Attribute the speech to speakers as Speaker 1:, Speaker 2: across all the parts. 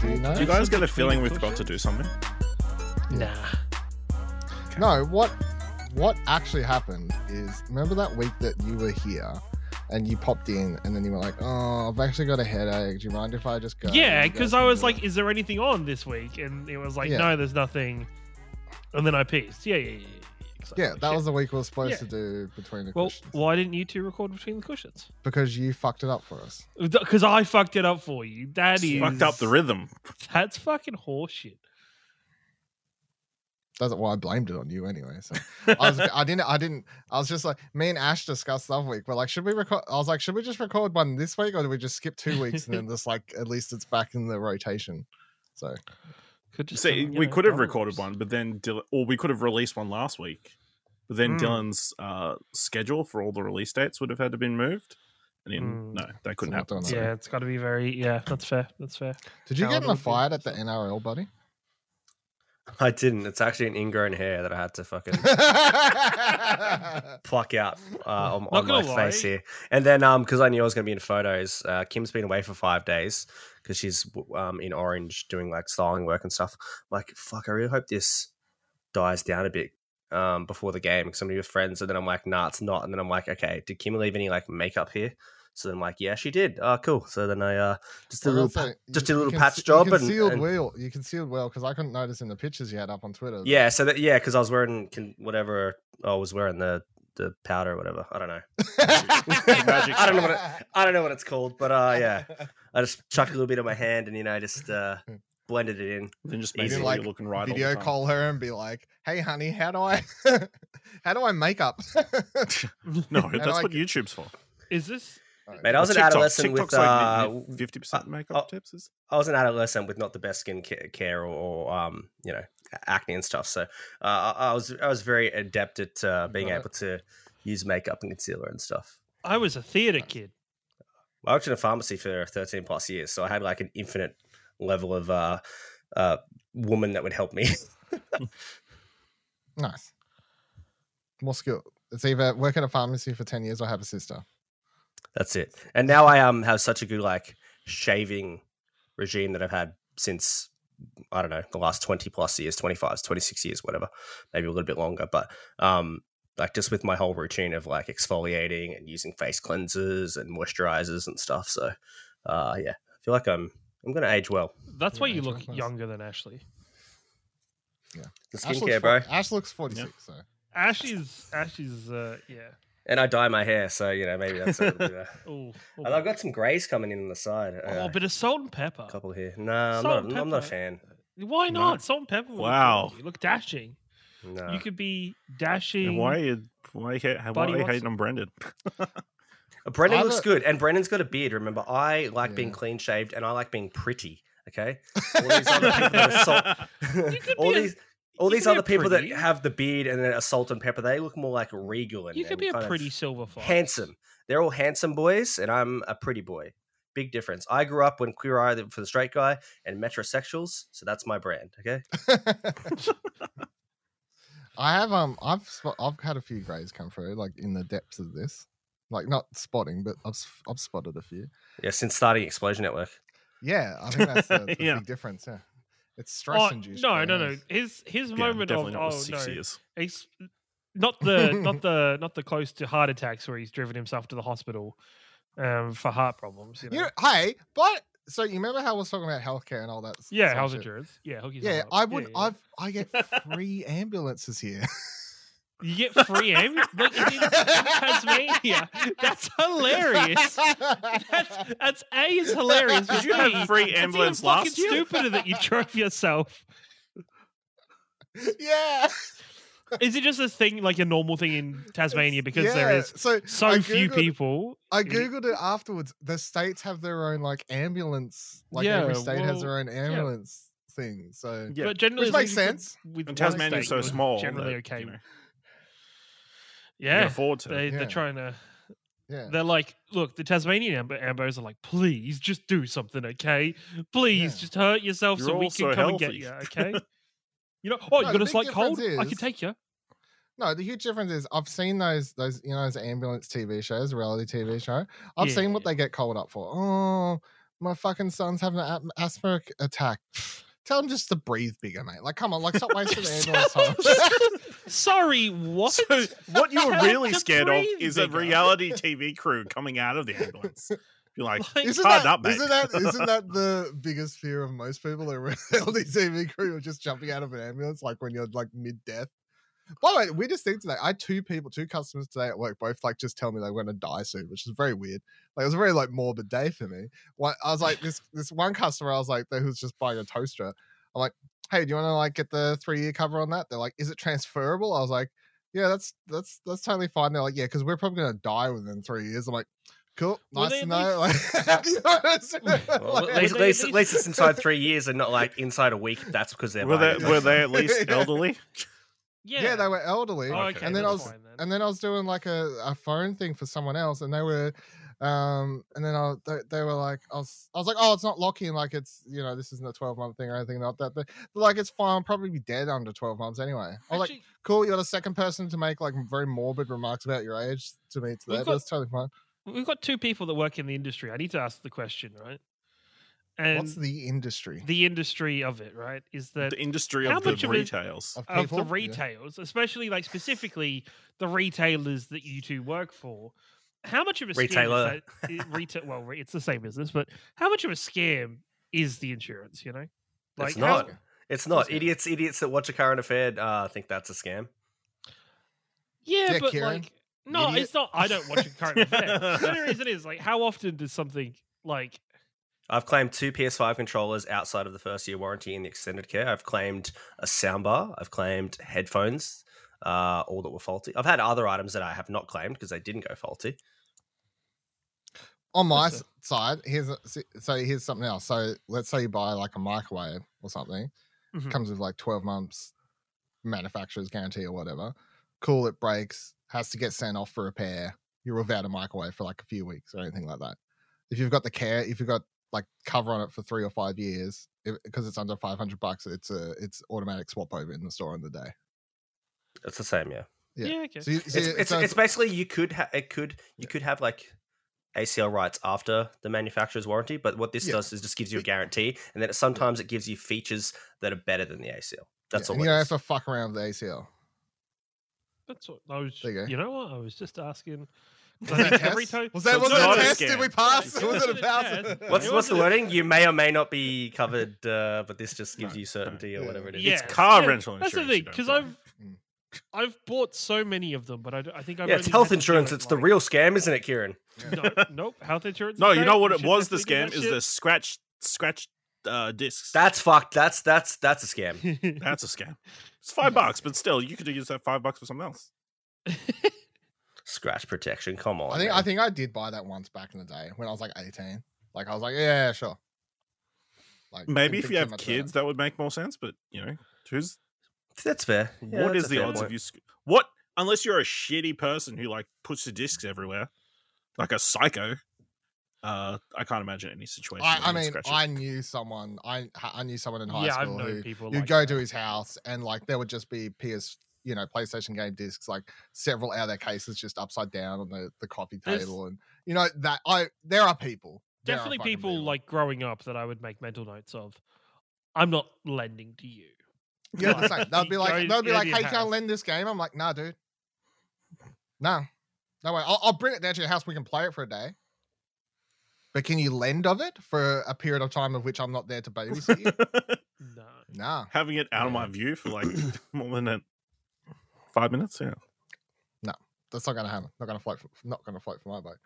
Speaker 1: Do you guys get a feeling we've got to do something?
Speaker 2: Nah.
Speaker 3: No, what what actually happened is remember that week that you were here and you popped in and then you were like, Oh, I've actually got a headache. Do you mind if I just go?
Speaker 2: Yeah,
Speaker 3: And you
Speaker 2: because
Speaker 3: guys
Speaker 2: I
Speaker 3: can
Speaker 2: was
Speaker 3: do
Speaker 2: like,
Speaker 3: it.
Speaker 2: is there anything on this week? And it was like,
Speaker 3: Yeah.
Speaker 2: no, there's nothing. And then I peaced. Yeah, yeah, yeah. yeah, Exactly.
Speaker 3: Yeah, that
Speaker 2: Shit.
Speaker 3: was the week we were supposed
Speaker 2: Yeah.
Speaker 3: to do between the
Speaker 2: Well,
Speaker 3: questions.
Speaker 2: why didn't you two record between the cushions?
Speaker 3: Because you fucked it up for us.
Speaker 2: Because I fucked it up for you. That is
Speaker 1: Fucked up the rhythm.
Speaker 2: That's fucking horseshit.
Speaker 3: That's why I blamed it on you anyway. So I was I didn't I didn't I was just like me and Ash discussed last week. We're like, should we record I was like, should we just record one this week or do we just skip two weeks and then just like at least it's back in the rotation? So
Speaker 2: Could just
Speaker 1: See,
Speaker 2: been, you
Speaker 1: we
Speaker 2: know,
Speaker 1: could have
Speaker 2: brothers.
Speaker 1: recorded one, but then Dylan, or we could have released one last week, but then
Speaker 3: Hmm.
Speaker 2: Mm.
Speaker 1: Dylan's uh, schedule for all the release dates would have had to been moved, and then
Speaker 3: Hmm.
Speaker 2: Mm.
Speaker 1: no, that
Speaker 3: So
Speaker 1: couldn't
Speaker 3: we're
Speaker 1: happen.
Speaker 3: doing
Speaker 1: so-
Speaker 2: Yeah, it's got to be very. Yeah, that's fair. That's fair.
Speaker 3: did you get in
Speaker 2: Calendar
Speaker 3: a
Speaker 2: would be
Speaker 3: fight at the
Speaker 2: awesome.
Speaker 3: NRL, buddy?
Speaker 4: I didn't. It's actually an ingrown hair that I had to fucking pluck out uh, on,
Speaker 2: Not
Speaker 4: on my
Speaker 2: gonna
Speaker 4: face
Speaker 2: lie.
Speaker 4: here. And then, um, because I knew I was going to be in photos, uh, Kim's been away for five days because she's w- um in Orange doing like styling work and stuff. I'm like, fuck, I really hope this dies down a bit um before the game because I'm gonna be with friends. And then I'm like, nah, it's not. And then I'm like, okay, did Kim leave any like makeup here? So then I'm like, yeah, she did. Oh, cool. So then I uh, just did a
Speaker 3: Well,
Speaker 4: little,
Speaker 3: that's
Speaker 4: pa-
Speaker 3: it. You-
Speaker 4: just did a
Speaker 3: you
Speaker 4: little
Speaker 3: can
Speaker 4: patch
Speaker 3: see-
Speaker 4: job
Speaker 3: You
Speaker 4: and,
Speaker 3: concealed
Speaker 4: and-
Speaker 3: well. You concealed well because I couldn't notice in the pictures you had up on Twitter.
Speaker 4: yeah. So that yeah, because I was wearing con- whatever I was wearing the the powder or whatever. I don't know.
Speaker 1: Magic
Speaker 4: I don't know what it, I don't know what it's called, but uh, yeah, I just chucked a little bit on my hand and you know just uh, blended it in.
Speaker 1: Then just
Speaker 4: You
Speaker 1: basically
Speaker 3: like,
Speaker 1: you're looking right. all the
Speaker 3: Video
Speaker 1: time.
Speaker 3: call her and be like, "Hey, honey, how do I, how do I make up?"
Speaker 1: No,
Speaker 3: And
Speaker 1: that's
Speaker 3: I
Speaker 1: what
Speaker 3: could-
Speaker 1: YouTube's for.
Speaker 2: Is this?
Speaker 4: Mate, I was an adolescent with uh,
Speaker 1: fifty percent makeup
Speaker 4: uh,
Speaker 1: tips. Is
Speaker 4: I was an adolescent with not the best skin ca- care or, or um, you know a- acne and stuff. So uh, I, I was I was very adept at uh, being
Speaker 3: Got it.
Speaker 4: able to use makeup and concealer and stuff.
Speaker 2: I was a theater kid.
Speaker 4: I worked in a pharmacy for 13 plus years, so I had like an infinite level of uh, uh, woman that would help me.
Speaker 3: nice. More skill. It's either work at a pharmacy for ten years or have a sister.
Speaker 4: That's it. And now I um have such a good like shaving regime that I've had since I don't know the last twenty plus years, 25, 26 years, whatever, maybe a little bit longer. But um, like just with my whole routine of like exfoliating and using face cleansers and moisturizers and stuff. So uh, yeah, I feel like I'm I'm gonna age well.
Speaker 2: That's why
Speaker 3: Yeah,
Speaker 2: you
Speaker 3: that's
Speaker 2: look
Speaker 3: right, nice.
Speaker 2: younger than Ashley.
Speaker 4: The
Speaker 3: Ash looks
Speaker 4: skincare,
Speaker 3: for-
Speaker 4: bro.
Speaker 3: Ash looks forty-six. So
Speaker 2: Ashley's. Ashley's. Uh, yeah.
Speaker 4: And I dye my hair, so you know maybe that's a little bit. Of...
Speaker 2: Oh.
Speaker 4: And I've got some grays coming in on the side.
Speaker 2: Oh,
Speaker 4: Uh,
Speaker 2: a bit of salt and pepper.
Speaker 4: a couple here. No, I'm
Speaker 2: Salt
Speaker 4: not.
Speaker 2: and
Speaker 4: I'm not a
Speaker 2: pepper.
Speaker 4: fan.
Speaker 2: Why
Speaker 1: No.
Speaker 2: not? Salt and pepper. would look good on
Speaker 1: Wow.
Speaker 2: You look dashing.
Speaker 4: No.
Speaker 2: You could be
Speaker 1: it?
Speaker 2: dashing.
Speaker 1: Why are you? Why, ha- why
Speaker 2: Buddy
Speaker 1: are you
Speaker 2: Watson.
Speaker 1: hating on Brandon?
Speaker 4: Brendan
Speaker 3: I
Speaker 4: looks
Speaker 3: look-
Speaker 4: good, and Brendan's got a beard. Remember, I like being
Speaker 3: Yeah.
Speaker 4: clean shaved, and I like being pretty. Okay, all these other people that are salt,
Speaker 2: could
Speaker 4: all
Speaker 2: be a-
Speaker 4: these, all
Speaker 2: you
Speaker 4: these
Speaker 2: could be
Speaker 4: other
Speaker 2: a
Speaker 4: people
Speaker 2: pretty.
Speaker 4: that have the beard and then a salt and pepper, they look more like regal and
Speaker 2: You could
Speaker 4: and
Speaker 2: be a
Speaker 4: kind of
Speaker 2: pretty silver fox.
Speaker 4: handsome. They're all handsome boys, and I'm a pretty boy. Big difference. I grew up when queer eye for the straight guy and metrosexuals, so that's my brand. Okay,
Speaker 3: I have um I've spot, I've had a few grays come through like in the depths of this, like not spotting, but I've s- I've spotted a few.
Speaker 4: yeah. Since starting Explosion Network,
Speaker 3: Yeah, I think that's the, the
Speaker 1: Yeah.
Speaker 3: big difference. Yeah, it's stress
Speaker 2: Oh,
Speaker 3: induced.
Speaker 2: no, no, no. His his
Speaker 1: Yeah,
Speaker 2: moment of
Speaker 1: definitely not
Speaker 2: oh
Speaker 1: with six
Speaker 2: no,
Speaker 1: years.
Speaker 2: He's not the not the not the close to heart attacks where he's driven himself to the hospital um, for heart problems. You know?
Speaker 3: You hey, but so you remember how I was talking about healthcare and all that? s-
Speaker 2: yeah,
Speaker 3: sort of
Speaker 2: how's
Speaker 3: shit?
Speaker 2: insurance? Yeah, hook yourself
Speaker 3: Yeah,
Speaker 2: up.
Speaker 3: I would.
Speaker 2: yeah, yeah.
Speaker 3: I've I get free ambulances here.
Speaker 2: You get free ambulance in, in Tasmania. That's hilarious. That's, that's A is hilarious.
Speaker 1: Did you have free ambulance
Speaker 2: it's even fucking
Speaker 1: last year?
Speaker 2: stupider that you drove yourself.
Speaker 3: yeah,
Speaker 2: Is it just a thing like a normal thing in Tasmania because there
Speaker 3: yeah,
Speaker 2: is
Speaker 3: so
Speaker 2: so
Speaker 3: I
Speaker 2: few
Speaker 3: Googled-
Speaker 2: people?
Speaker 3: I
Speaker 2: Is it-
Speaker 3: googled it afterwards. The states have their own like ambulance. Like every
Speaker 2: Yeah,
Speaker 3: state has
Speaker 2: well,
Speaker 3: their own ambulance thing. So
Speaker 1: Yeah,
Speaker 2: But generally,
Speaker 3: Which
Speaker 2: as long
Speaker 3: makes
Speaker 2: as you could-
Speaker 3: sense.
Speaker 2: With
Speaker 1: and
Speaker 2: one
Speaker 1: Tasmania's
Speaker 2: state,
Speaker 1: so
Speaker 2: you're
Speaker 1: small.
Speaker 2: Generally,
Speaker 1: that,
Speaker 2: okay.
Speaker 1: you know, you can
Speaker 2: yeah,
Speaker 1: afford to.
Speaker 2: they
Speaker 3: Yeah.
Speaker 2: they're trying to.
Speaker 3: yeah,
Speaker 2: They're like, look, the Tasmanian amb- ambos are like, please just do something, okay? Please
Speaker 3: Yeah.
Speaker 2: just hurt yourself so
Speaker 1: You're
Speaker 2: we
Speaker 1: all
Speaker 2: can
Speaker 1: so
Speaker 2: come and get
Speaker 1: healthy."
Speaker 2: you, okay? You know,
Speaker 3: No,
Speaker 2: oh, you
Speaker 3: the
Speaker 2: got a
Speaker 3: big
Speaker 2: slight cold? I can
Speaker 3: difference
Speaker 2: take you.
Speaker 3: no. The huge difference is I've seen those those you know those ambulance TV shows, reality TV show. I've seen what
Speaker 2: Yeah.
Speaker 3: they get called up for. Oh, my fucking son's having an a- asthma attack. Tell him just to breathe bigger, mate. Like, come on, like, stop wasting the airborne time.
Speaker 2: Sorry, what?
Speaker 1: So what you were
Speaker 2: Tell
Speaker 1: really
Speaker 2: him to
Speaker 1: scared of
Speaker 2: breathe
Speaker 1: is a
Speaker 2: bigger.
Speaker 1: reality TV crew coming out of the ambulance. You're like,
Speaker 2: Like, "Oh,
Speaker 3: Isn't
Speaker 1: hard
Speaker 3: that,
Speaker 1: up, mate.
Speaker 3: isn't that isn't that the biggest fear of most people? A reality TV crew of just jumping out of an ambulance, like when you're like mid death. By the way, weirdest thing today, I had two people, two customers today at work, both like just tell me they're going to die soon, which is very weird. Like it was a very like morbid day for me. One, I was like this this one customer, I was like, who's just buying a toaster. I'm like, hey, do you want to like get the three year cover on that? They're like, is it transferable? I was like, yeah, that's that's that's totally fine. They're like, yeah, because we're probably going to die within three years. I'm like. Cool,
Speaker 2: Were
Speaker 3: nice
Speaker 2: they
Speaker 3: to
Speaker 2: at
Speaker 3: know. Like, you know what I'm saying?
Speaker 4: Well,
Speaker 3: Like-
Speaker 4: at, least, at,
Speaker 2: they-
Speaker 4: least, at least it's inside three years and not like inside a week. That's because they're
Speaker 1: were
Speaker 4: buying
Speaker 1: they
Speaker 4: it.
Speaker 1: were they at least
Speaker 3: Yeah.
Speaker 1: elderly?
Speaker 2: Yeah,
Speaker 3: yeah. they were elderly.
Speaker 2: Oh,
Speaker 1: Okay.
Speaker 2: okay,
Speaker 3: And then I
Speaker 2: that's
Speaker 3: was-
Speaker 2: fine then.
Speaker 3: and then I was doing like a, a phone thing for someone else, and they were, um, and then I they, they were like, I was, I was like, oh, it's not locking, like it's you know this isn't a twelve month thing or anything like that. But like it's fine, I'll probably be dead under twelve months anyway. I was like,
Speaker 2: Actually,
Speaker 3: cool, you're the second person to make like very morbid remarks about your age to me
Speaker 2: We've
Speaker 3: today.
Speaker 2: got-
Speaker 3: That's totally fine.
Speaker 2: we've got two people that work in the industry. I need to ask the question, right? And
Speaker 3: What's the industry?
Speaker 2: the industry of it, right, is that
Speaker 1: The industry
Speaker 2: How
Speaker 1: of the
Speaker 2: much of it-
Speaker 1: retails.
Speaker 3: of
Speaker 2: of the
Speaker 3: people? Yeah.
Speaker 2: retails, especially like specifically the retailers that you two work for. How much of a
Speaker 4: Retailer.
Speaker 2: scam is that? Retail, well, re- it's the same business, but how much of a scam is the insurance? You know,
Speaker 4: It's
Speaker 2: how-
Speaker 4: not. It's not
Speaker 3: Okay.
Speaker 4: idiots. Idiots that watch a current affair uh, think that's a scam.
Speaker 2: Yeah,
Speaker 3: Yeah,
Speaker 2: but
Speaker 3: Kieran,
Speaker 2: like, no,
Speaker 3: idiot.
Speaker 2: it's not. I don't watch a current affair. The only reason is like, how often does something like
Speaker 4: I've claimed two PS5 controllers outside of the first year warranty in the extended care. I've claimed a soundbar. I've claimed headphones, uh, all that were faulty. I've had other items that I have not claimed because they didn't go faulty.
Speaker 3: on my
Speaker 2: That's
Speaker 3: s- side, here's a, s- so here's something else. So let's say you buy like a microwave or something,
Speaker 4: Mm-hmm.
Speaker 2: Mhm.
Speaker 3: comes with like 12 months manufacturer's guarantee or whatever. Cool, it breaks, has to get sent off for repair. You're without a microwave for like a few weeks or anything like that. If you've got the care, if you've got like cover on it for three or five years, because it's under 500 bucks, it's a it's automatic swap over in the store in the day.
Speaker 4: It's the same, yeah.
Speaker 2: yeah,
Speaker 3: Yeah.
Speaker 2: okay.
Speaker 3: So, you, so
Speaker 4: it's,
Speaker 3: you-
Speaker 4: it's,
Speaker 3: so
Speaker 4: it's basically you could ha- it could you could have like ACL rights after the manufacturer's warranty, but what this
Speaker 3: Yeah.
Speaker 4: does is just gives you a guarantee, and then it, sometimes it gives you features that are better than the ACL. That's
Speaker 3: yeah,
Speaker 4: all.
Speaker 3: and
Speaker 4: it
Speaker 3: you don't
Speaker 4: is.
Speaker 3: have to fuck around with the ACL.
Speaker 2: That's what I was.
Speaker 3: There you
Speaker 2: You,
Speaker 3: go.
Speaker 2: know what? I was just asking.
Speaker 3: Was
Speaker 2: 'cause I
Speaker 3: that, a
Speaker 2: think
Speaker 3: test?
Speaker 2: every time
Speaker 3: was that,
Speaker 1: It's
Speaker 3: was that
Speaker 1: not
Speaker 3: a
Speaker 1: a
Speaker 3: test? Did
Speaker 1: scam.
Speaker 3: we pass?
Speaker 2: It
Speaker 3: Was it
Speaker 2: wasn't
Speaker 3: a
Speaker 2: a
Speaker 3: pass?
Speaker 2: test.
Speaker 4: What's
Speaker 2: It
Speaker 4: what's the
Speaker 2: wasn't-
Speaker 4: wording? You may or may not be covered, uh, but this just gives
Speaker 1: No,
Speaker 4: you certainty or
Speaker 3: yeah.
Speaker 4: whatever it is.
Speaker 2: Yeah.
Speaker 1: It's car
Speaker 2: Yeah,
Speaker 1: rental insurance.
Speaker 2: That's the
Speaker 1: you
Speaker 2: thing,
Speaker 1: don't
Speaker 2: because
Speaker 1: buy. Hmm.
Speaker 2: I've
Speaker 3: Mm.
Speaker 2: I've bought so many of them, but I, d- I think I've
Speaker 4: Yeah,
Speaker 2: only
Speaker 4: it's
Speaker 2: had
Speaker 4: health
Speaker 2: to do
Speaker 4: insurance.
Speaker 2: it,
Speaker 4: It's the
Speaker 2: like-
Speaker 4: real scam, isn't it, Kieran?
Speaker 2: No, nope, health insurance. is
Speaker 1: No, you
Speaker 2: great,
Speaker 1: know what
Speaker 2: we
Speaker 1: it
Speaker 2: should
Speaker 1: was. The scam
Speaker 2: definitely
Speaker 1: is
Speaker 2: do
Speaker 1: the scratch scratch uh, discs.
Speaker 4: That's fucked. That's that's that's a scam.
Speaker 2: that shit.
Speaker 1: That's a scam. It's five bucks, but still, you could use that five bucks for something else.
Speaker 4: Scratch protection. Come on.
Speaker 3: I think
Speaker 4: man.
Speaker 3: I think I did buy that once back in the day when I was like 18. Like I was like, yeah, sure. Like
Speaker 1: Maybe
Speaker 3: didn't
Speaker 1: if you
Speaker 3: think too
Speaker 1: have
Speaker 3: much about
Speaker 1: kids,
Speaker 3: it.
Speaker 1: that would make more sense. But you know, who's
Speaker 4: that's fair. Yeah,
Speaker 1: what is
Speaker 4: that's a
Speaker 1: the
Speaker 4: fair
Speaker 1: odds
Speaker 4: point.
Speaker 1: of you? Sc- what unless you're a shitty person who like puts the discs everywhere, like a psycho. Uh, I can't imagine any situation. where
Speaker 3: I, I
Speaker 1: you'd
Speaker 3: mean,
Speaker 1: scratch it.
Speaker 3: I knew someone. I I knew someone in high
Speaker 2: yeah, I've
Speaker 3: school
Speaker 2: known
Speaker 3: who
Speaker 2: people.
Speaker 3: you'd
Speaker 2: like
Speaker 3: go
Speaker 2: that.
Speaker 3: to his house and like there would just be PS, you know, PlayStation game discs, like several out of their cases just upside down on the the coffee
Speaker 2: There's-
Speaker 3: table, and you know that I there are people. There are
Speaker 2: Definitely
Speaker 3: fucking
Speaker 2: people like growing up that I would make mental notes of. I'm not lending to you.
Speaker 3: yeah, the
Speaker 2: like,
Speaker 3: same. They'll
Speaker 2: you
Speaker 3: be like,
Speaker 2: go
Speaker 3: they'll be
Speaker 2: out of
Speaker 3: like,
Speaker 2: your
Speaker 3: hey, can I
Speaker 2: house.
Speaker 3: lend this game? I'm like, nah, dude, no, no way. I'll, I'll bring it down to your house. We can play it for a day. But can you lend of it for a period of time of which I'm not there to babysit you?
Speaker 2: No.
Speaker 3: nah,
Speaker 1: having it out of my view for like more than a, five minutes. Yeah,
Speaker 3: that's not gonna happen. Not gonna float. For, not gonna float for my boat.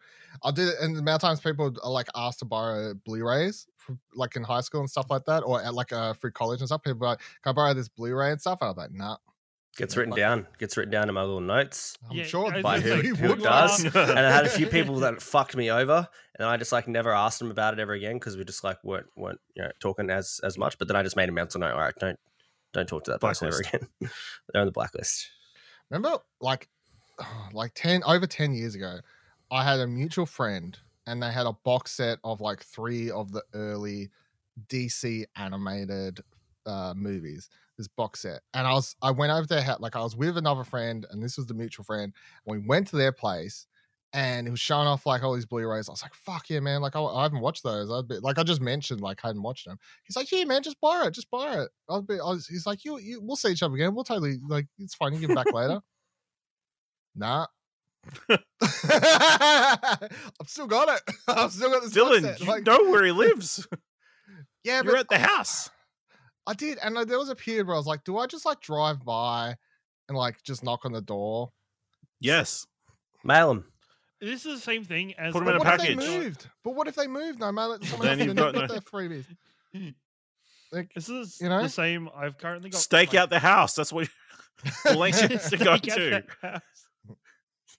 Speaker 3: I'll do it. And the amount of times people are like asked to borrow Blu-rays, from, like in high school and stuff like that, or at like uh, through college and stuff. People are like, can I borrow this Blu-ray and stuff? And I'm like, nah.
Speaker 4: Gets
Speaker 3: Yeah,
Speaker 4: written
Speaker 3: fuck.
Speaker 4: down. Gets written down in my little notes.
Speaker 3: I'm
Speaker 2: Yeah,
Speaker 3: sure
Speaker 2: I was
Speaker 4: By
Speaker 2: It's
Speaker 4: who,
Speaker 2: like-
Speaker 3: you
Speaker 4: who
Speaker 3: would
Speaker 4: does?
Speaker 3: laugh.
Speaker 4: and I had a few people that fucked me over, and I just like never asked them about it ever again because we just like weren't weren't you know talking as as much. But then I just made a mental note. All right, don't don't talk to that person ever again. They're on the blacklist.
Speaker 3: Remember, like, like ten over ten years ago, I had a mutual friend, and they had a box set of like three of the early DC animated uh, movies. This box set, and I was I went over there, like I was with another friend, and this was the mutual friend. And we went to their place, and he was showing off like all these Blu-rays. I was like, "Fuck yeah, man!" Like I, I haven't watched those. I'd be like, I just mentioned like I hadn't watched them. He's like, "Yeah, man, just borrow it, just borrow it." I'll be, I was, he's like, you, "You, we'll see each other again. We'll totally like it's fine. You can give it back later." Nah. I've still got it. I've still got this box
Speaker 1: Dylan,
Speaker 3: set.
Speaker 1: you
Speaker 3: Like,
Speaker 1: know where he lives.
Speaker 3: yeah,
Speaker 1: You're
Speaker 3: but
Speaker 1: at the house.
Speaker 3: I did, and I- there was a period where I was like, "Do I just like drive by and like just knock on the door?"
Speaker 1: Yes.
Speaker 4: Mail them.
Speaker 2: This is the same thing as
Speaker 1: Put 'em
Speaker 3: But
Speaker 1: in a
Speaker 3: what
Speaker 1: package.
Speaker 3: if they moved? But what if they moved? No, man, let someone
Speaker 1: then
Speaker 3: else in
Speaker 1: you've
Speaker 3: and they've
Speaker 1: got
Speaker 3: got
Speaker 1: no-
Speaker 3: their freebies. Like,
Speaker 2: This is
Speaker 3: You know?
Speaker 2: the same. I've currently got
Speaker 1: Stake
Speaker 2: like-
Speaker 1: out the house. That's what the length you have to go
Speaker 2: Stake out
Speaker 1: to.
Speaker 2: the house.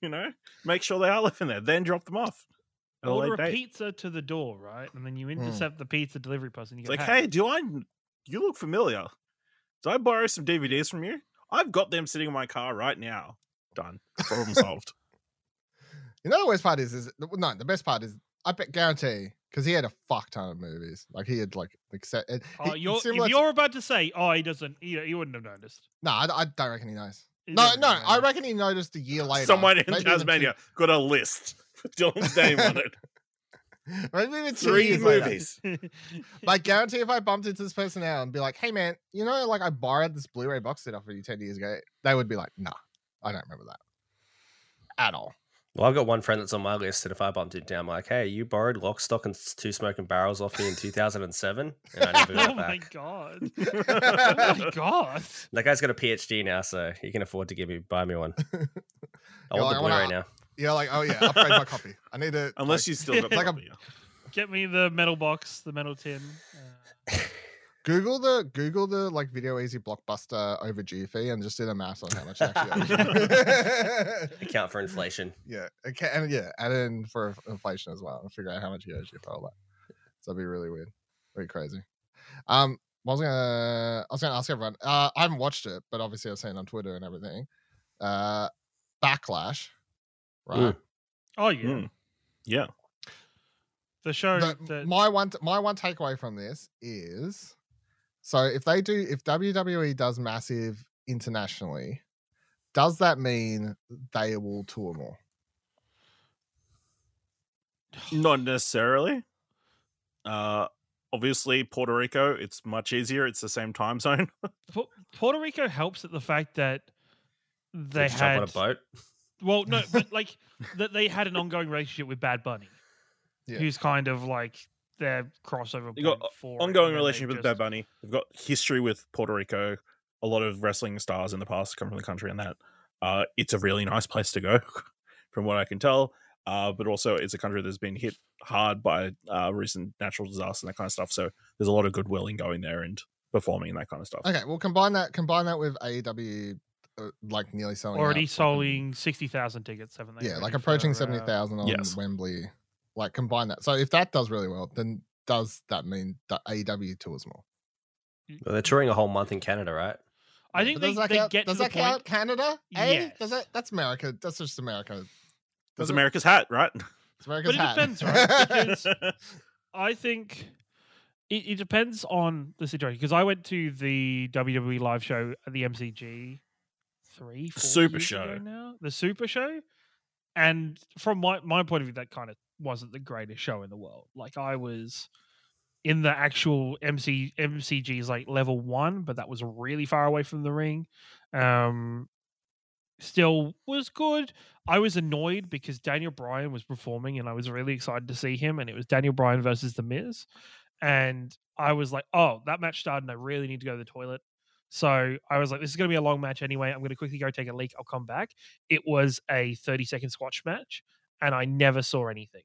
Speaker 1: You know, make sure they are living there. Then drop them off. at a
Speaker 2: Order
Speaker 1: late
Speaker 2: a
Speaker 1: date.
Speaker 2: pizza to the door, right? And then you intercept the pizza delivery person. You
Speaker 1: It's
Speaker 2: go,
Speaker 1: like, hey, do I? You look familiar. Do I borrow some DVDs from you? I've got them sitting in my car right now. Done. Problem solved.
Speaker 3: You know the worst part is is no, the best part is I bet guarantee because he had a fuck ton of movies. Like he had like except and
Speaker 2: Oh,
Speaker 3: he-
Speaker 2: you're,
Speaker 3: similar
Speaker 2: if
Speaker 3: to-
Speaker 2: you're about to say, oh, he doesn't, he, he wouldn't have noticed.
Speaker 3: no, I, I don't reckon he knows.
Speaker 2: He
Speaker 3: No,
Speaker 2: wouldn't
Speaker 3: no,
Speaker 2: have
Speaker 3: I
Speaker 2: noticed.
Speaker 3: reckon he noticed a year later.
Speaker 1: Someone in
Speaker 3: maybe even
Speaker 1: Tasmania got a list. with Dylan's name on it.
Speaker 3: two- maybe even two
Speaker 1: Three
Speaker 3: years later.
Speaker 1: movies.
Speaker 3: Like guarantee if I bumped into this person now and be like, hey man, you know, like I borrowed this Blu-ray box set off of you ten years ago, they would be like, nah, I don't remember that at all.
Speaker 4: Well, I've got one friend that's on my list, and if I bumped it down, I'm like, hey, you borrowed Lock, Stock, and S- Two Smoking Barrels off me in 2007, and I never got
Speaker 2: oh
Speaker 4: it
Speaker 2: my
Speaker 4: back.
Speaker 2: god! Oh my god!
Speaker 4: That guy's got a PhD now, so he can afford to give me buy me one. I
Speaker 3: You're like,
Speaker 4: want
Speaker 3: I
Speaker 4: the
Speaker 3: wanna-
Speaker 4: Blu-ray now.
Speaker 3: You're like, oh yeah, upgrade my copy. I need to
Speaker 1: Unless
Speaker 3: like,
Speaker 1: you still got
Speaker 3: Like
Speaker 1: like
Speaker 3: a-
Speaker 2: Get me the metal box, the metal tin. Uh,
Speaker 3: Google the Google the like Video Easy Blockbuster overdue fee and just do the math on how much it actually. owes you.
Speaker 4: Account for inflation.
Speaker 3: yeah, okay, and yeah, add in for inf- inflation as well and figure out how much he owes you for all that. So that'd be really weird, really crazy. Um, I was gonna I was gonna ask everyone. Uh, I haven't watched it, but obviously I've seen it on Twitter and everything. Uh, Backlash, right?
Speaker 4: Mm.
Speaker 2: oh yeah,
Speaker 1: Mm. Yeah.
Speaker 2: the show.
Speaker 3: the-
Speaker 2: that,
Speaker 3: my one my one takeaway from this is so if they do if WWE does massive internationally, does that mean they will tour more?
Speaker 1: Not necessarily. Uh, obviously, Puerto Rico, it's much easier. It's the same time zone.
Speaker 2: Pu- Puerto Rico helps at the fact that they
Speaker 4: Just jump on
Speaker 2: had
Speaker 4: a boat.
Speaker 2: well, no, but like that they had an ongoing relationship with Bad Bunny,
Speaker 3: Yeah.
Speaker 2: who's kind of like their crossover.
Speaker 1: You got
Speaker 2: point for it,
Speaker 1: Ongoing
Speaker 2: and then they
Speaker 1: relationship with Bad
Speaker 2: just-
Speaker 1: Bunny. They've got history with Puerto Rico. A lot of wrestling stars in the past come from the country, and that uh, it's a really nice place to go, from what I can tell. Uh, but also, it's a country that's been hit hard by uh, recent natural disasters and that kind of stuff. So there's a lot of goodwill in going there and performing and that kind of stuff.
Speaker 3: Okay, well combine that combine that with AEW uh, like nearly selling out
Speaker 2: Already
Speaker 3: fucking-
Speaker 2: selling sixty thousand tickets, haven't they?
Speaker 3: Yeah, like
Speaker 2: already
Speaker 3: approaching
Speaker 2: for, uh,
Speaker 3: seventy thousand on
Speaker 1: Yes.
Speaker 3: Wembley. Like combine that. So if that does really well, then does that mean that AEW tours more?
Speaker 4: Well, they're touring a whole month in Canada, right?
Speaker 2: I think
Speaker 3: But
Speaker 2: they,
Speaker 3: does that
Speaker 2: they
Speaker 3: count-
Speaker 2: get to
Speaker 3: does
Speaker 2: the
Speaker 3: that
Speaker 2: point.
Speaker 3: count Canada? Eh?
Speaker 2: Yes.
Speaker 3: Does that that's America. That's just America.
Speaker 1: That's
Speaker 3: it?
Speaker 1: America's hat, right?
Speaker 3: It's America's
Speaker 2: But it
Speaker 3: hat.
Speaker 2: depends, right? Because- I think it, it depends on the situation because I went to the WWE live show at the MCG three four
Speaker 1: Super
Speaker 2: years
Speaker 1: Show.
Speaker 2: ago now the Super Show, and from my my point of view, that kind of wasn't the greatest show in the world. Like I was in the actual MC MCG's like level one, but that was really far away from the ring. Um, still was good. I was annoyed because Daniel Bryan was performing and I was really excited to see him. And it was Daniel Bryan versus The Miz. And I was like, oh, that match started and I really need to go to the toilet. So I was like, this is going to be a long match anyway. I'm going to quickly go take a leak. I'll come back. It was a 30 second squash match and I never saw anything.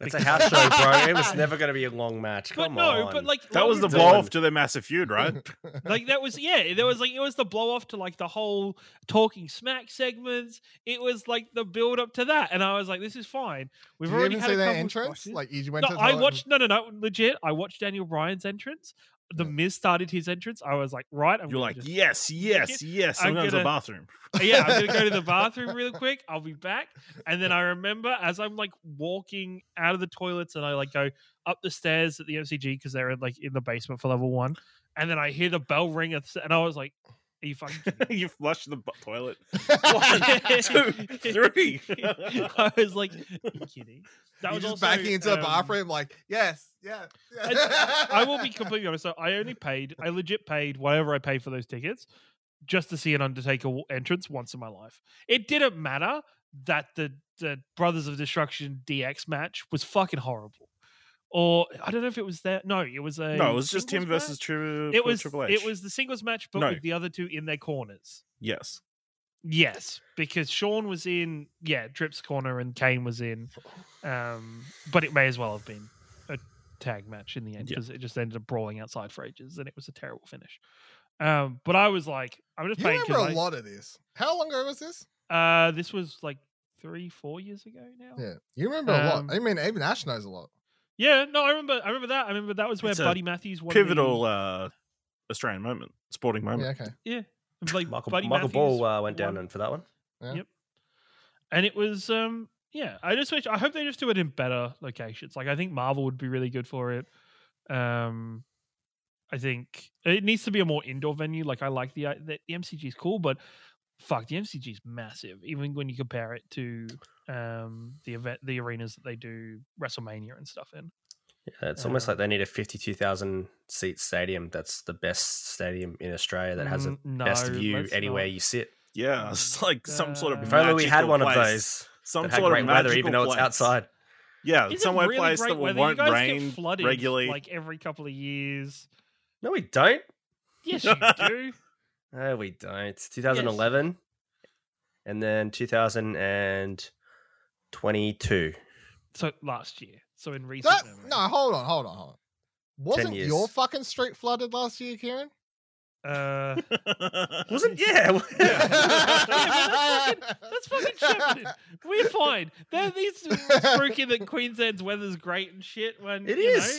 Speaker 4: It's a house show, bro. It was never going to be a long match.
Speaker 2: But
Speaker 4: Come
Speaker 2: no,
Speaker 4: on.
Speaker 2: but like
Speaker 1: That
Speaker 2: while
Speaker 1: was
Speaker 2: we
Speaker 1: the
Speaker 2: were-
Speaker 4: Dylan.
Speaker 1: blow off to their massive feud, right?
Speaker 2: like that was yeah there was like it was the blow off to like the whole talking smack segments it was like the build up to that and i was like this is fine we've
Speaker 3: Did you
Speaker 2: already
Speaker 3: even
Speaker 2: had
Speaker 3: see
Speaker 2: a
Speaker 3: their
Speaker 2: couple
Speaker 3: entrance?
Speaker 2: squashes.
Speaker 3: Like you went
Speaker 2: no
Speaker 3: to the
Speaker 2: i
Speaker 3: toilet
Speaker 2: watched no no no legit i watched daniel bryan's entrance the
Speaker 3: Yeah.
Speaker 2: miz started his entrance i was like right i'm
Speaker 1: You're
Speaker 2: gonna
Speaker 1: like,
Speaker 2: just-
Speaker 1: yes, yes, yes. I'm,
Speaker 2: I'm
Speaker 1: going to the
Speaker 2: gonna-
Speaker 1: bathroom.
Speaker 2: yeah, I'm gonna go to the bathroom real quick. I'll be back. And then I remember as I'm like walking out of the toilets and I like go up the stairs at the MCG because they're like in the basement for level one. And then I hear the bell ring at- and I was like, Are you fucking kidding? me?
Speaker 1: you flushed the bu- toilet. One, two, three.
Speaker 2: I was like, Are you kidding? That
Speaker 3: You're
Speaker 2: was
Speaker 3: just
Speaker 2: also,
Speaker 3: backing into a
Speaker 2: um,
Speaker 3: bathroom, like yes, yeah. yeah.
Speaker 2: I- I will be completely honest. So I only paid, I legit paid whatever I paid for those tickets just to see an Undertaker w- entrance once in my life. It didn't matter that the, the Brothers of Destruction DX match was fucking horrible. Or I don't know if it was there. No, it was a.
Speaker 1: no, it was just him
Speaker 2: singles
Speaker 1: versus
Speaker 2: match?
Speaker 1: tri-
Speaker 2: It was
Speaker 1: Triple H.
Speaker 2: it was the singles match, but
Speaker 1: No.
Speaker 2: with the other two in their corners.
Speaker 1: yes.
Speaker 2: Yes, because Sean was in yeah Drip's corner and Kane was in, um, but it may as well have been a tag match in the end
Speaker 1: Yeah.
Speaker 2: because it just ended up brawling outside for ages and it was a terrible finish. Um, but I was like, I'm just
Speaker 3: you
Speaker 2: playing
Speaker 3: remember
Speaker 2: 'cause
Speaker 3: a lot of this? How long ago was this?
Speaker 2: I, uh, this was like three, four years ago now. Yeah,
Speaker 3: Yeah, you remember a
Speaker 2: Um,
Speaker 3: lot. I mean, even Ash knows a lot.
Speaker 2: no, I remember, I remember that. I remember that was where
Speaker 1: It's a
Speaker 2: Buddy Matthews won
Speaker 1: Pivotal uh, Australian moment, sporting
Speaker 3: Yeah,
Speaker 1: moment.
Speaker 3: okay.
Speaker 2: The, like
Speaker 4: Michael,
Speaker 2: Buddy
Speaker 4: Michael
Speaker 2: Matthews
Speaker 4: Ball uh, went down
Speaker 2: won-
Speaker 4: and for that one.
Speaker 2: and it was um yeah i just wish i hope they just do it in better locations like i think marvel would be really good for it um i think it needs to be a more indoor venue like i like the uh, the, the mcg is cool but fuck the mcg is massive even when you compare it to um the event the arenas that they do wrestlemania and stuff in
Speaker 4: Yeah, it's almost
Speaker 2: Uh,
Speaker 4: like they need a fifty-two thousand seat stadium. That's the best stadium in Australia that has the
Speaker 2: Mm, no,
Speaker 4: best view
Speaker 2: let's
Speaker 4: anywhere
Speaker 2: not.
Speaker 4: you sit.
Speaker 1: Yeah, it's like some sort of.
Speaker 2: Uh,
Speaker 4: If only we had
Speaker 1: magical
Speaker 4: one
Speaker 1: place.
Speaker 4: of those.
Speaker 1: Some
Speaker 4: That had
Speaker 1: sort
Speaker 4: great
Speaker 1: of
Speaker 4: weather,
Speaker 1: magical
Speaker 4: even though it's
Speaker 1: place.
Speaker 4: outside. uh,
Speaker 1: Yeah,
Speaker 2: Is it
Speaker 1: somewhere
Speaker 2: really
Speaker 1: place
Speaker 2: great
Speaker 1: that
Speaker 2: weather? You
Speaker 1: won't
Speaker 2: guys get
Speaker 1: rain
Speaker 2: flooded,
Speaker 1: regularly.
Speaker 2: like every couple of years
Speaker 4: No, we don't.
Speaker 2: yes you do
Speaker 4: No, we don't. It's 2011, and then 2022.
Speaker 2: so last year so in recent
Speaker 3: That,
Speaker 2: memory.
Speaker 3: no, hold on, hold on, hold on. Wasn't
Speaker 4: years.
Speaker 3: your fucking street flooded last year, Kieran?
Speaker 2: uh
Speaker 4: Wasn't yeah.
Speaker 2: Yeah, That's fucking Shepparton. We're fine. They're these spooky that Queensland's weather's great and shit. When
Speaker 4: It
Speaker 2: you
Speaker 4: is.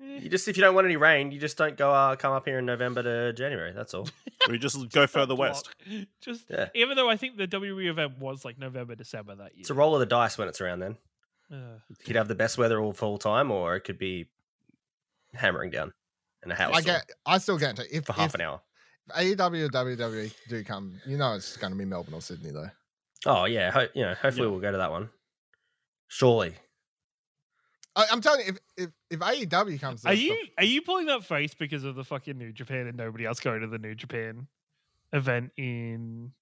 Speaker 2: know, eh.
Speaker 4: You just if you don't want any rain, you just don't go uh, come up here in November to January. That's all.
Speaker 1: we just go
Speaker 2: Just a
Speaker 1: further west.
Speaker 2: block. Just
Speaker 4: Yeah.
Speaker 2: even though I think the WWE event was like November, December that year. Uh,
Speaker 4: It's a roll of the dice when it's around. Then
Speaker 2: Ugh.
Speaker 4: you could have the best weather all full time, or it could be hammering down in a house
Speaker 3: I get, I still get it. If,
Speaker 4: for
Speaker 3: if
Speaker 4: half
Speaker 3: E
Speaker 4: an hour.
Speaker 3: AEW, WWE do come, you know it's going to be Melbourne or Sydney though.
Speaker 4: Oh yeah, ho- you know. Hopefully
Speaker 1: Yeah.
Speaker 4: we'll go to that one. Surely.
Speaker 3: I, I'm telling you, if if, if AEW comes, to
Speaker 2: Are
Speaker 3: us, the-
Speaker 2: you are you pulling that face because of the fucking New Japan and nobody else going to the New Japan event in?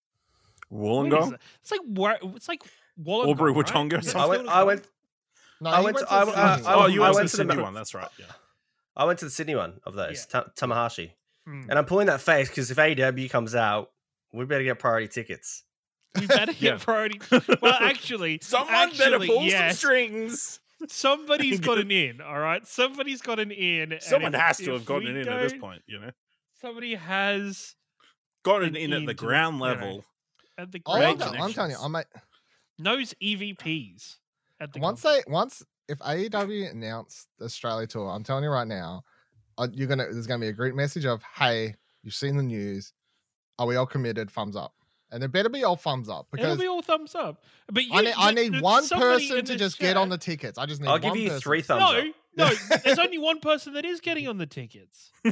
Speaker 2: where is
Speaker 1: Wollongong,
Speaker 2: that? It's like where it's like Wollongong,
Speaker 1: Albury,
Speaker 2: right?
Speaker 1: Wodonga,
Speaker 2: Yeah.
Speaker 1: something.
Speaker 4: I went. I went.
Speaker 3: No,
Speaker 4: I
Speaker 3: he
Speaker 4: went to-
Speaker 3: the
Speaker 4: I w- uh,
Speaker 3: Sydney
Speaker 4: I
Speaker 1: oh,
Speaker 3: one.
Speaker 4: w-
Speaker 1: you
Speaker 4: I
Speaker 1: went to the
Speaker 4: went to the
Speaker 1: Sydney
Speaker 4: Mel-
Speaker 1: one. That's right. Yeah.
Speaker 4: I went to the Sydney one of those Ta- Tamahashi,
Speaker 2: Mm.
Speaker 1: Hmm.
Speaker 4: and I'm pulling that face because if AEW comes out, we better get priority tickets.
Speaker 2: We better get
Speaker 1: Yeah.
Speaker 2: priority. Well, actually, actually, yes.
Speaker 1: strings.
Speaker 2: Somebody's got an in, all right. Somebody's got an in. and
Speaker 1: Someone
Speaker 2: if-
Speaker 1: has to
Speaker 2: if
Speaker 1: have gotten
Speaker 2: we
Speaker 1: it in at this
Speaker 2: don't-
Speaker 1: point, you know.
Speaker 2: Somebody has
Speaker 1: Gotten
Speaker 2: an
Speaker 1: in at
Speaker 2: in
Speaker 1: the
Speaker 2: to the-
Speaker 1: ground
Speaker 2: you know.
Speaker 1: level.
Speaker 2: at the
Speaker 3: Oh,
Speaker 1: Great
Speaker 3: I'm,
Speaker 2: ground
Speaker 3: tell- I'm telling you,
Speaker 1: connections.
Speaker 3: I'm a,
Speaker 2: knows EVPs. E At the
Speaker 3: once
Speaker 2: conference.
Speaker 3: they once if AEW announced the Australia tour, I'm telling you right now, uh, you're gonna there's gonna be a group message of hey, you've seen the news, are we all committed? Thumbs up, and there better be all thumbs up
Speaker 2: it'll
Speaker 3: because
Speaker 2: be all thumbs up. But you,
Speaker 3: I need, I
Speaker 2: th-
Speaker 3: need
Speaker 2: th-
Speaker 3: one
Speaker 2: somebody in
Speaker 3: person to
Speaker 2: this
Speaker 3: just get on the
Speaker 2: chat-
Speaker 3: tickets. I just need.
Speaker 4: I'll give
Speaker 3: one
Speaker 4: you
Speaker 3: person.
Speaker 4: three thumbs up.
Speaker 2: No, no. There's only one person that is getting on the tickets.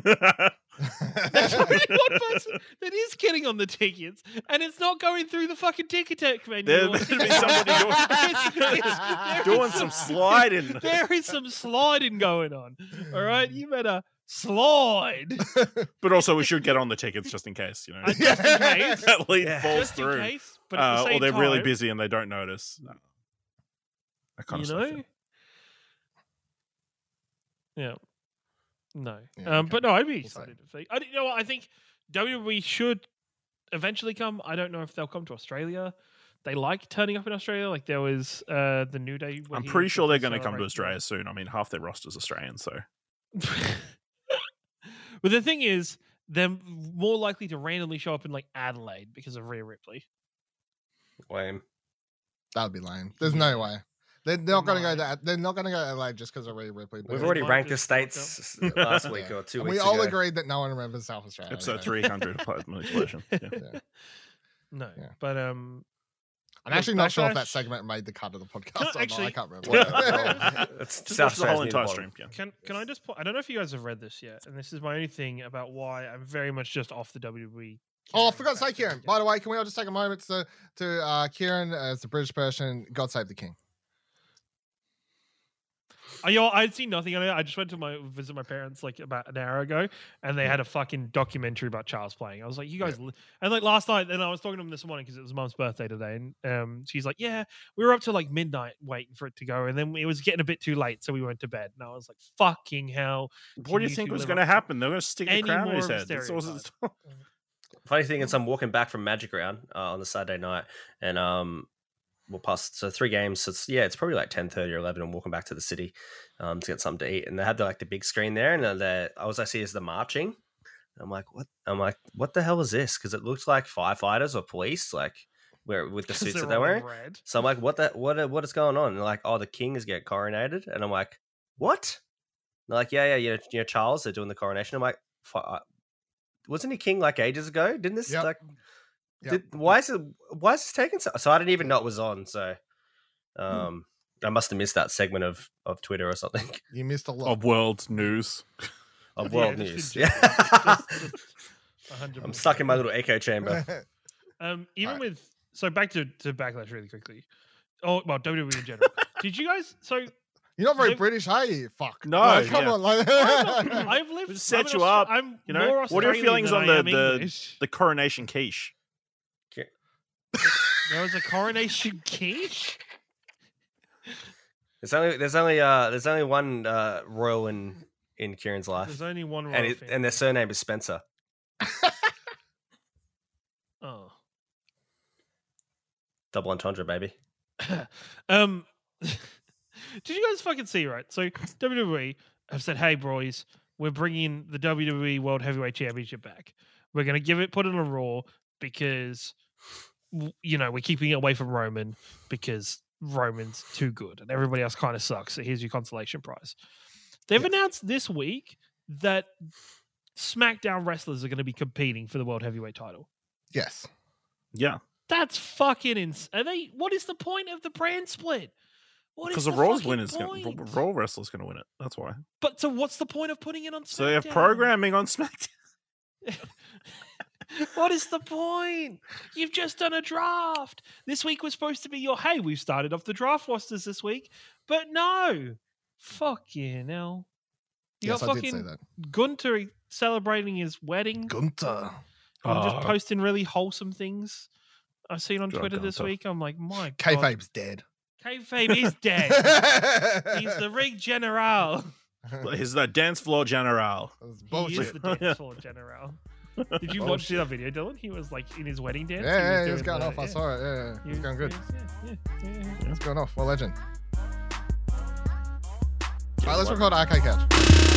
Speaker 2: There's only one person that is getting on the tickets, and it's not going through the fucking ticket tech menu.
Speaker 1: There
Speaker 2: or-
Speaker 1: better be somebody doing-
Speaker 2: It's- it's- there
Speaker 1: Doing
Speaker 2: is
Speaker 1: some sliding.
Speaker 2: there is some sliding going on. All
Speaker 1: Mm.
Speaker 2: right, you better slide
Speaker 1: But also, we should get on the tickets just in case, you know.
Speaker 2: Uh, just in case.
Speaker 1: That lead
Speaker 4: Yeah.
Speaker 1: falls
Speaker 2: just
Speaker 1: through.
Speaker 2: in case. But at
Speaker 1: uh,
Speaker 2: the same
Speaker 1: or they're really
Speaker 2: time,
Speaker 1: busy and they don't notice. Uh, That kind
Speaker 2: you
Speaker 1: of stuff.
Speaker 2: know. Yeah. No.
Speaker 3: Yeah,
Speaker 2: um,
Speaker 3: okay.
Speaker 2: But no, I'd be
Speaker 3: see.
Speaker 2: excited if they. I don't- you know. What, I think WWE should eventually come. I don't know if they'll come to Australia. They like turning up in Australia. Like there was uh, the New Day. were
Speaker 1: I'm
Speaker 2: here
Speaker 1: pretty
Speaker 2: for
Speaker 1: sure
Speaker 2: the
Speaker 1: they're going to come to
Speaker 2: celebration.
Speaker 1: Australia soon. I mean, half their roster's Australian, so
Speaker 2: but the thing is, they're more likely to randomly show up in like Adelaide because of Rhea Ripley.
Speaker 4: Lame.
Speaker 3: That would be lame. There's no way. They're not going to go that. They're not going to go to LA just because of Ray Ripley.
Speaker 4: We've
Speaker 3: because-
Speaker 4: already
Speaker 2: might
Speaker 4: ranked the
Speaker 2: just fuck up.
Speaker 4: states last week
Speaker 3: Yeah.
Speaker 4: or two
Speaker 3: and
Speaker 4: weeks
Speaker 3: we all
Speaker 4: ago.
Speaker 3: agreed that no one remembers South Australia.
Speaker 1: episode
Speaker 3: anyway.
Speaker 1: 300 plasma explosion. Yeah.
Speaker 2: No,
Speaker 3: Yeah.
Speaker 2: but um,
Speaker 3: I'm
Speaker 2: Look,
Speaker 3: actually not sure if that
Speaker 2: Backlash-
Speaker 3: segment made the cut of the podcast.
Speaker 2: No,
Speaker 3: or not. I
Speaker 2: actually-
Speaker 3: can't remember.
Speaker 1: Yeah.
Speaker 4: It's
Speaker 1: Just
Speaker 4: South
Speaker 1: watch the whole
Speaker 4: Australia's near the
Speaker 1: entire stream.
Speaker 4: bottom.
Speaker 1: Yeah.
Speaker 2: Can can I just point? I don't know if you guys have read this yet, and this is my only thing about why I'm very much just off the WWE
Speaker 3: Oh, I
Speaker 2: Kieran
Speaker 3: forgot to say,
Speaker 2: back to
Speaker 3: Kieran.
Speaker 2: the-
Speaker 3: By the way, can we all just take a moment to to uh, Kieran as the British person? God save the king.
Speaker 2: Oh, yo, I'd seen nothing on it. I just went to my visit my parents like about an hour ago, and they had a fucking documentary about Charles playing. I was like, you guys, li-" and like last night, and I was talking to them this morning because it was mom's birthday today, and um, she's like, yeah, we were up till like midnight waiting for it to go, and then it was getting a bit too late, so we went to bed, and I was like, fucking hell,
Speaker 1: What do you
Speaker 2: you
Speaker 1: think
Speaker 2: two
Speaker 1: was
Speaker 2: live
Speaker 1: going to
Speaker 2: up to
Speaker 1: happen? They're going to stick a
Speaker 2: any
Speaker 1: crown on his
Speaker 2: more
Speaker 1: head.
Speaker 2: of a
Speaker 1: That's all it's-
Speaker 4: Funny thing is, I'm walking back from Magic Round uh, on the Saturday night, and um, we'll pass so three games. So it's, yeah, it's probably like 10, 30 or eleven. I'm walking back to the city um, to get something to eat, and they had the, like the big screen there, and uh, the, all I see is the marching. I'm like, what? I'm like, what the hell is this? Because it looked like firefighters or police, like where with the
Speaker 2: 'Cause
Speaker 4: suits that
Speaker 2: they're
Speaker 4: they're
Speaker 2: all
Speaker 4: wearing.
Speaker 2: red.
Speaker 4: So I'm like, what the what uh, what is going on? And they're like, oh, the king is getting coronated, and I'm like, what? And they're like, yeah, yeah, you know, you know, Charles, they're doing the coronation. I'm like, "Fu- uh, wasn't he king like ages ago? Didn't this
Speaker 3: Yep.
Speaker 4: like,
Speaker 3: Yep.
Speaker 4: did, why is it why is this taking so? So I didn't even know it was on. So,
Speaker 2: Hmm.
Speaker 4: um, I must have missed that segment of of Twitter or something
Speaker 3: You missed a lot.
Speaker 1: of world news.
Speaker 4: of
Speaker 2: Yeah,
Speaker 4: world
Speaker 2: just in
Speaker 4: news.
Speaker 2: general,
Speaker 4: Yeah,
Speaker 2: just- just 100%.
Speaker 4: I'm stuck in my little echo chamber.
Speaker 2: Um, even
Speaker 3: Alright.
Speaker 2: with so back to, to backlash really quickly. Oh well, WWE in general. Did you guys? So
Speaker 3: You're not very
Speaker 2: They've-
Speaker 3: British, are you? Fuck.
Speaker 1: No,
Speaker 3: Like, come
Speaker 1: yeah.
Speaker 3: on. Like,
Speaker 2: I'm not- I've lived.
Speaker 1: We just
Speaker 2: I'm
Speaker 1: set
Speaker 2: an
Speaker 1: you up,
Speaker 2: I'm
Speaker 1: you know?
Speaker 2: more
Speaker 1: What are your
Speaker 2: Australian
Speaker 1: feelings
Speaker 2: than
Speaker 1: on
Speaker 2: I
Speaker 1: the-
Speaker 2: am
Speaker 1: the-
Speaker 2: English.
Speaker 1: The coronation quiche.
Speaker 2: There was a coronation quiche.
Speaker 4: There's only there's only uh there's only one uh royal in in Kieran's life,
Speaker 2: There's only one royal
Speaker 4: and it,
Speaker 2: family.
Speaker 4: and their surname is Spencer.
Speaker 2: oh.
Speaker 4: Double entendre, baby.
Speaker 2: um, did you guys fucking see right? So WWE have said, "Hey, boys, we're bringing the WWE World Heavyweight Championship back. We're gonna give it, put it on Raw because w- you know we're keeping it away from Roman because Roman's too good and everybody else kind of sucks. So here's your consolation prize." They've announced this week that SmackDown wrestlers are going to be competing for the World Heavyweight Title.
Speaker 3: yes.
Speaker 1: Yeah,
Speaker 2: That's fucking ins. Are they? What is the point of the brand split? What is
Speaker 1: because the Raw's
Speaker 2: fucking
Speaker 1: win is gonna, Ra-
Speaker 2: point?
Speaker 1: Raw wrestler's going to win it. That's why.
Speaker 2: But so, what's the point of putting it on?
Speaker 1: So they have
Speaker 2: SmackDown?
Speaker 1: programming on SmackDown.
Speaker 2: what is the point? You've just done a draft. This week was supposed to be your hey. We've started off the draft rosters this week, but no, fucking hell. You
Speaker 3: Yes,
Speaker 2: got
Speaker 3: I did say
Speaker 2: fucking
Speaker 3: that.
Speaker 2: Gunter celebrating his wedding.
Speaker 3: Gunter.
Speaker 2: I'm just
Speaker 3: uh,
Speaker 1: Oh.
Speaker 2: posting really wholesome things I've seen on
Speaker 1: God,
Speaker 2: Twitter this
Speaker 1: Gunther.
Speaker 2: week. I'm like, my god,
Speaker 3: Kayfabe's dead.
Speaker 2: kayfabe is dead. He's the rig general.
Speaker 1: He's the dance floor general.
Speaker 3: That's
Speaker 2: He is
Speaker 3: bullshit.
Speaker 2: the dance floor general. Did you watch that video, Dylan? He was like in his wedding
Speaker 3: Yeah,
Speaker 2: dance.
Speaker 3: yeah, he
Speaker 2: he
Speaker 3: was going off.
Speaker 2: doing the-
Speaker 3: I
Speaker 2: yeah.
Speaker 3: saw it. Yeah, yeah.
Speaker 2: He
Speaker 3: He was going good.
Speaker 2: was- he was- yeah, yeah, yeah, yeah.
Speaker 3: He's going off. What legend? All right, let's record Arcade Couch.
Speaker 1: Yeah.